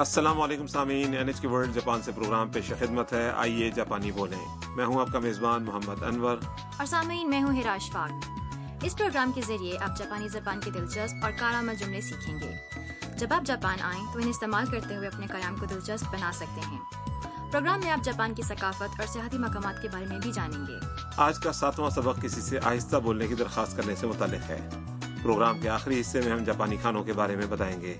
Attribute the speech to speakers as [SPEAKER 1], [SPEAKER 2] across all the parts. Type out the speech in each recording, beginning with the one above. [SPEAKER 1] السلام علیکم سامعین N H K world Japan سے پروگرام پیش خدمت ہے آئیے جاپانی بولیں میں ہوں آپ کا میزبان محمد انور
[SPEAKER 2] اور سامعین میں ہوں ہراش فاق اس پروگرام کے ذریعے آپ جاپانی زبان کے دلچسپ اور کارآمد جملے سیکھیں گے جب آپ جاپان آئیں تو انہیں استعمال کرتے ہوئے اپنے قیام کو دلچسپ بنا سکتے ہیں پروگرام میں آپ جاپان کی ثقافت اور سیاحتی مقامات کے بارے میں بھی جانیں گے
[SPEAKER 1] آج کا ساتواں سبق کسی سے آہستہ بولنے کی درخواست کرنے سے متعلق ہے پروگرام کے آخری حصے میں ہم جاپانی کھانوں کے بارے میں بتائیں گے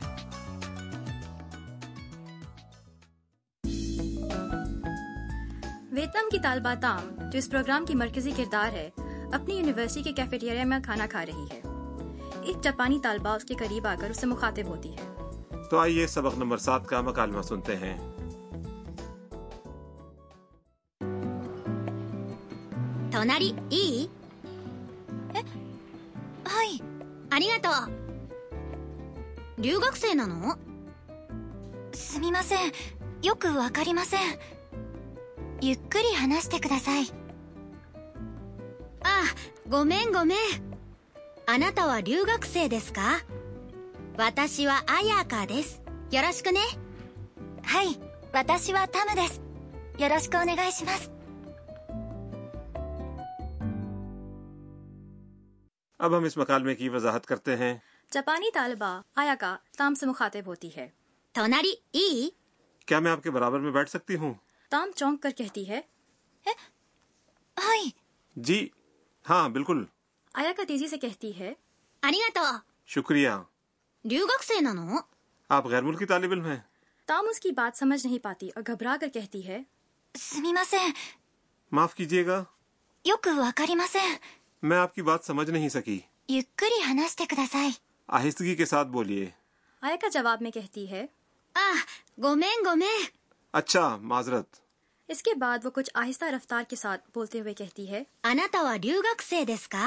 [SPEAKER 2] ویتنام کی طالبہ تام جو اس پروگرام کی مرکزی کردار ہے اپنی یونیورسٹی کے کیفیٹیریا میں کھانا کھا رہی ہے ایک جاپانی طالبہ اس کے قریب آ کر اس سے مخاطب ہوتی ہے
[SPEAKER 1] تو آئیے سبق نمبر سات کا مکالمہ سنتے ہیں
[SPEAKER 3] 隣いいえはいありがとう留学生なのすみませんよくわかりませんゆっくり話してくださいあごめんごめんあなたは留学生ですか私はアヤカですよろしくねはい私はタムですよろしくお願いします
[SPEAKER 1] اب ہم اس مکالمے کی وضاحت کرتے ہیں
[SPEAKER 2] جاپانی طالبہ آیا کا تام سے مخاطب ہوتی ہے
[SPEAKER 3] 隣いい
[SPEAKER 1] کیا میں آپ کے برابر میں بیٹھ سکتی ہوں
[SPEAKER 2] تام چونک کر کہتی ہے
[SPEAKER 3] はい
[SPEAKER 1] جی ہاں بالکل
[SPEAKER 2] آیا کا تیزی سے کہتی ہے
[SPEAKER 3] ありがとう
[SPEAKER 1] شکریہ
[SPEAKER 3] 留学生なの
[SPEAKER 1] آپ غیر ملکی طالب علم ہیں
[SPEAKER 2] تام اس کی بات سمجھ نہیں پاتی اور گھبرا کر کہتی ہے
[SPEAKER 3] すみません
[SPEAKER 1] معاف کیجیے گا
[SPEAKER 3] よくわかりません
[SPEAKER 1] میں آپ کی بات سمجھ نہیں سکی
[SPEAKER 3] ゆっくり話してください
[SPEAKER 1] آہستگی کے ساتھ بولیے
[SPEAKER 2] آیا کا جواب میں کہتی ہے
[SPEAKER 3] あごめんごめん
[SPEAKER 1] اچھا معذرت
[SPEAKER 2] اس کے بعد وہ کچھ آہستہ رفتار کے ساتھ بولتے ہوئے کہتی ہے
[SPEAKER 3] あなたは留学生ですか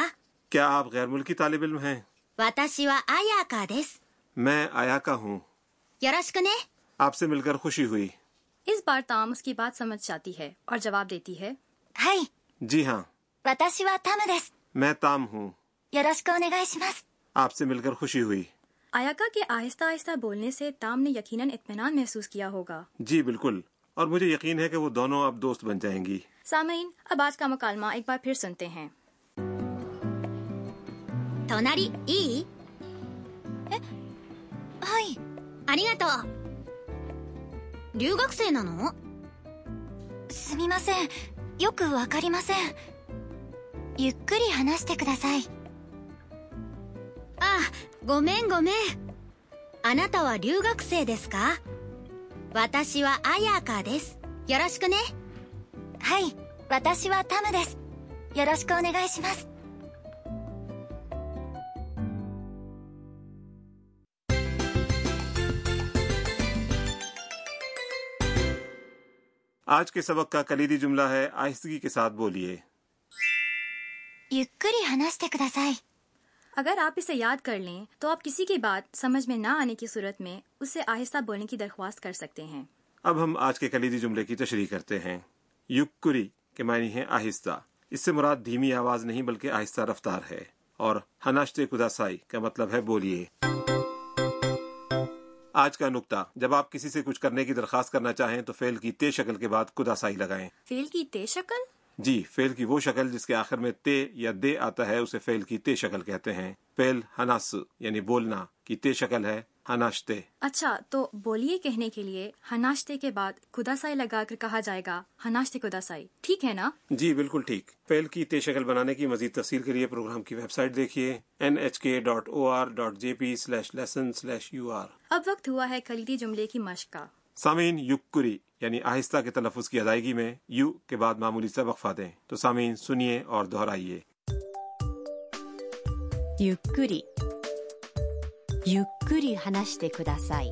[SPEAKER 1] کیا آپ غیر ملکی طالب علم ہیں
[SPEAKER 3] 私はアヤカです。
[SPEAKER 1] میں آیا کا ہوں
[SPEAKER 3] よろしくね。
[SPEAKER 1] آپ سے مل کر خوشی ہوئی
[SPEAKER 2] اس بار تام اس کی بات سمجھ جاتی ہے اور جواب دیتی ہے
[SPEAKER 3] はい。
[SPEAKER 1] جی ہاں
[SPEAKER 3] 私はタムです。
[SPEAKER 1] میں تام ہوں
[SPEAKER 3] よろしくお願いします。
[SPEAKER 1] آپ سے مل کر خوشی ہوئی
[SPEAKER 2] آیاکا کے آہستہ آہستہ بولنے سے تام نے یقیناً اطمینان محسوس کیا ہوگا
[SPEAKER 1] جی بالکل اور مجھے یقین ہے کہ وہ دونوں اب دوست بن جائیں گی
[SPEAKER 2] سامعین اب آج کا مکالمہ ایک بار پھر سنتے ہیں
[SPEAKER 3] 隣いいえはい。ありがとう。留学生なのすみません。よくわかりません。ゆっくり話してください。あ、ごめんごめん。あなたは留学生ですか私はアヤカです。よろしくね。はい。私はタムです。よろしくお願いします。
[SPEAKER 1] آج کے سبق کا کلیدی جملہ ہے آہستگی کے ساتھ بولیے
[SPEAKER 3] ゆっくり話してください。
[SPEAKER 2] اگر آپ اسے یاد کر لیں تو آپ کسی کی بات سمجھ میں نہ آنے کی صورت میں اس سے آہستہ بولنے کی درخواست کر سکتے ہیں
[SPEAKER 1] اب ہم آج کے کلیدی جملے کی تشریح کرتے ہیں یکری کے معنی ہے آہستہ اس سے مراد دھیمی آواز نہیں بلکہ آہستہ رفتار ہے اور ہناشتے کداسائی کا مطلب ہے بولیے آج کا نقطہ جب آپ کسی سے کچھ کرنے کی درخواست کرنا چاہیں تو فعل کی تے شکل کے بعد کداسائی لگائیں
[SPEAKER 2] فیل کی تے شکل
[SPEAKER 1] جی فعل کی وہ شکل جس کے آخر میں تے یا دے آتا ہے اسے فعل کی تے شکل کہتے ہیں فعل ہناس یعنی بولنا کی تے شکل ہے ہناشتے
[SPEAKER 2] اچھا تو بولیے کہنے کے لیے ہناشتے کے بعد خدا سائی لگا کر کہا جائے گا ہناشتے خدا سائی ٹھیک ہے نا
[SPEAKER 1] جی بالکل ٹھیک فعل کی تے شکل بنانے کی مزید تفصیل کے لیے پروگرام کی ویب سائٹ دیکھیے N H K dot O R dot J P slash lesson slash U R
[SPEAKER 2] اب وقت ہوا ہے کلیدی جملے کی مشق کا
[SPEAKER 1] سامعین یکری یعنی آہستہ کے تلفظ کی ادائیگی میں یو کے بعد معمولی سا وقفہ دیں تو سامعین سنیے اور دہرائیے
[SPEAKER 4] ゆっくりゆっくり話してください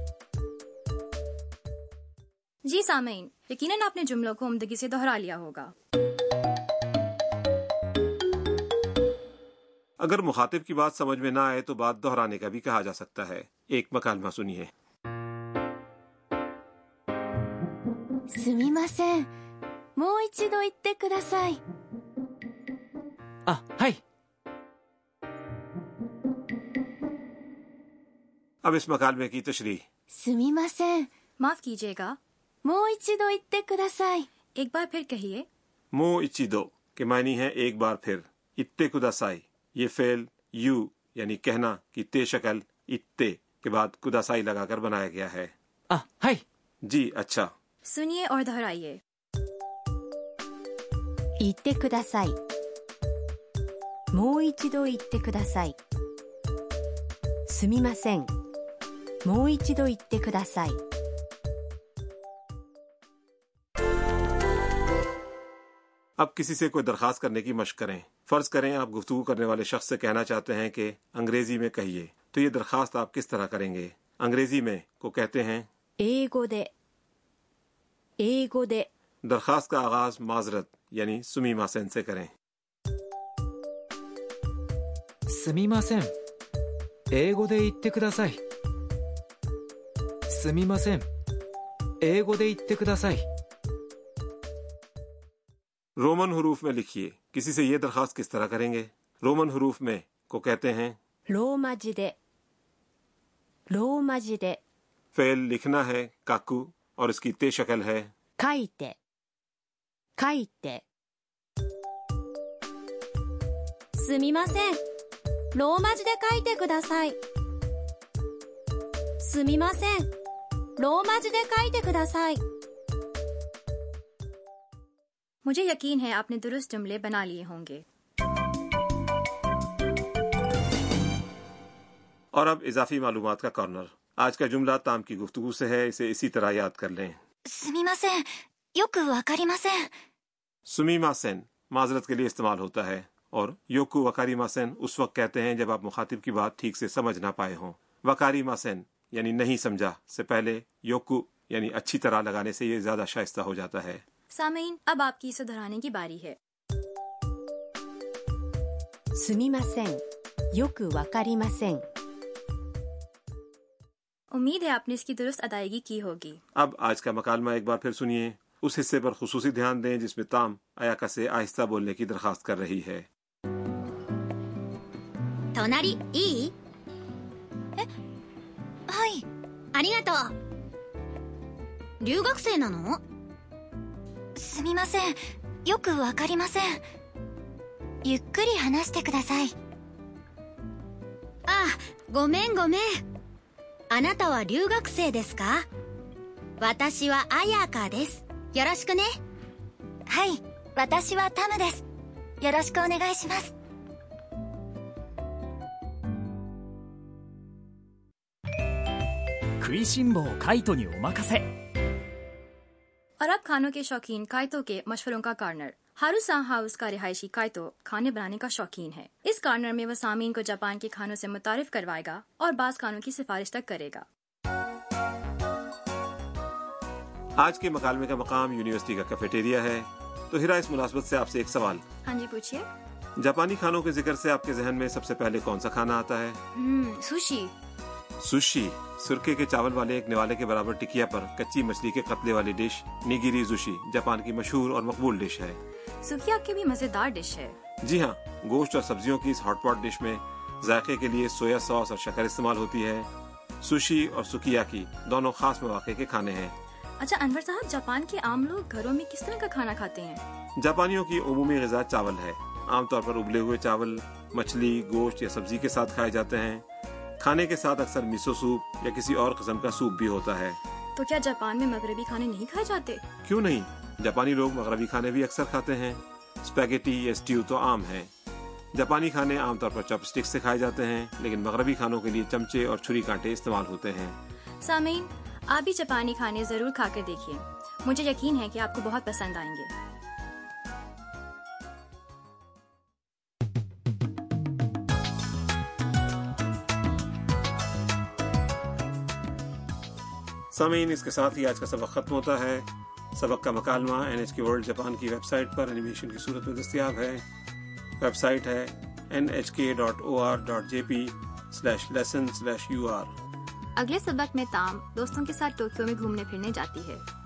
[SPEAKER 2] جی سامعین یقیناً آپ نے جملوں کو عمدگی سے دوہرا لیا ہوگا
[SPEAKER 1] اگر مخاطب کی بات سمجھ میں نہ آئے تو بات دہرانے کا بھی کہا جا سکتا ہے ایک مکالمہ سنیے
[SPEAKER 3] すみません。もう一度言ってください。
[SPEAKER 5] あはい
[SPEAKER 1] اب اس مکالمے کی تشریح
[SPEAKER 3] すみません。
[SPEAKER 2] माफ कीजिएगा
[SPEAKER 3] もう一度言ってください
[SPEAKER 2] एक बार फिर कहिए
[SPEAKER 1] مو اچی دو کے معنی ہے ایک بار پھر اتے کداسائی یہ فعل یو یعنی کہنا کی تے شکل اتے کے بعد کداسائی لگا کر بنایا گیا ہے
[SPEAKER 5] あ、はい。
[SPEAKER 1] جی اچھا
[SPEAKER 2] सुनिए और दोहराइए
[SPEAKER 4] 言ってくださいもう一度言ってくださいすみませんもう一度言ってください
[SPEAKER 1] اب کسی سے کوئی درخواست کرنے کی مشق کریں فرض کریں آپ گفتگو کرنے والے شخص سے کہنا چاہتے ہیں کہ انگریزی میں کہیے تو یہ درخواست آپ کس طرح کریں گے انگریزی میں کو کہتے ہیں
[SPEAKER 4] 英語で英語で
[SPEAKER 1] درخواست کا آغاز معذرت یعنی سمی ماسین سے کریں
[SPEAKER 5] すみません。英語で言ってください。すみません。英語で言ってください。
[SPEAKER 1] رومن حروف میں لکھیے کسی سے یہ درخواست کس طرح کریں گے رومن حروف میں کو کہتے ہیں
[SPEAKER 4] ローマ字でローマ字で
[SPEAKER 1] فعل لکھنا ہے کاکو اور اس کی تے شکل ہے
[SPEAKER 4] 書いて書いて
[SPEAKER 3] すみませんローマ字で書いてくださいすみませんローマ字で書いてください
[SPEAKER 2] मुझे यकीन है आपने दुरुस्त जुमले बना लिए होंगे
[SPEAKER 1] اور اب اضافی معلومات کا کارنر آج کا جملہ تام کی گفتگو سے ہے اسے اسی طرح یاد کر لیں
[SPEAKER 3] すみませんよくわかりません
[SPEAKER 1] سمی ماسین معذرت کے لیے استعمال ہوتا ہے اور یوکو وکاری ماسین اس وقت کہتے ہیں جب آپ مخاطب کی بات ٹھیک سے سمجھ نہ پائے ہوں وکاری ماسین یعنی نہیں سمجھا سے پہلے یوکو یعنی اچھی طرح لگانے سے یہ زیادہ شائستہ ہو جاتا ہے
[SPEAKER 2] सामीन अब आपकी इसे दोहराने की बारी है
[SPEAKER 4] すみませんよくわかりません
[SPEAKER 2] उम्मीद है आपने इसकी दुरुस्त अदायगी की होगी
[SPEAKER 1] اب آج کا مکالمہ ایک بار پھر سنیے اس حصے پر خصوصی دھیان دیں جس میں تام آیاکا سے آہستہ بولنے کی درخواست کر رہی ہے
[SPEAKER 3] 隣いいえはいありがとう留学生なのすみませんよくわかりませんゆっくり話してくださいあごめんごめんあなたは留学生ですか私はアヤカですよろしくねはい私はタムですよろしくお願いします
[SPEAKER 6] 食いしん坊カイトにお任せ
[SPEAKER 2] और अब खानों के शौकीन कायतो के मशवरों का कार्नर हारूसा हाउस का रिहायशी कायतो खाने बनाने का शौकीन है इस कार्नर में वह सामीन को जापान के खानों से मुतारफ करवाएगा और बास खानों की सिफारिश तक करेगा
[SPEAKER 1] آج کے مکالمے کا مقام یونیورسٹی کا کیفیٹیریا ہے تو ہیرا اس مناسبت سے آپ سے ایک سوال
[SPEAKER 2] हाँ जी पूछिए
[SPEAKER 1] جاپانی کھانوں کے ذکر سے آپ کے ذہن میں سب سے پہلے کون سا کھانا آتا ہے
[SPEAKER 2] हम्म, सुशी
[SPEAKER 1] سوشی سرکے کے چاول والے ایک نوالے کے برابر ٹکیا پر کچی مچھلی کے قتلے والی ڈش نیگیری زوشی جاپان کی مشہور اور مقبول ڈش ہے
[SPEAKER 2] सुखिया की भी मजेदार डिश है
[SPEAKER 1] جی ہاں گوشت اور سبزیوں کی اس ہاٹ پاٹ ڈش میں ذائقے کے لیے سویا ساس اور شکر استعمال ہوتی ہے سوشی اور سکیا کی دونوں خاص مواقع کے کھانے ہیں
[SPEAKER 2] अच्छा अनवर साहब जापान के आम लोग घरों में किस तरह का खाना खाते हैं
[SPEAKER 1] جاپانیوں کی عمومی غذا چاول ہے عام طور پر ابلے ہوئے چاول مچھلی گوشت یا سبزی کے ساتھ کھائے جاتے ہیں کھانے کے ساتھ اکثر میسو سوپ یا کسی اور قسم کا سوپ بھی ہوتا ہے
[SPEAKER 2] तो क्या जापान में मगरबी खाने नहीं खाए जाते
[SPEAKER 1] کیوں نہیں جاپانی لوگ مغربی کھانے بھی اکثر کھاتے ہیں اسپیگیٹی یا اسٹیو تو عام ہے جاپانی کھانے عام طور پر چاپ اسٹک سے کھائے جاتے ہیں لیکن مغربی کھانوں کے لیے چمچے اور چھری کانٹے استعمال ہوتے ہیں
[SPEAKER 2] सामीन आप भी जापानी खाने जरूर खा कर देखिए मुझे यकीन है कि आपको बहुत पसंद आएंगे
[SPEAKER 1] سامعین اس کے ساتھ ہی آج کا سبق ختم ہوتا ہے سبق کا مکالمہ N H K world Japan کی ویب سائٹ پر اینیمیشن کی صورت میں دستیاب ہے ویب سائٹ ہے N H K dot O R dot J P slash lesson slash U R
[SPEAKER 2] अगले सबक में ताम दोस्तों के साथ टोक्यो में घूमने फिरने जाती है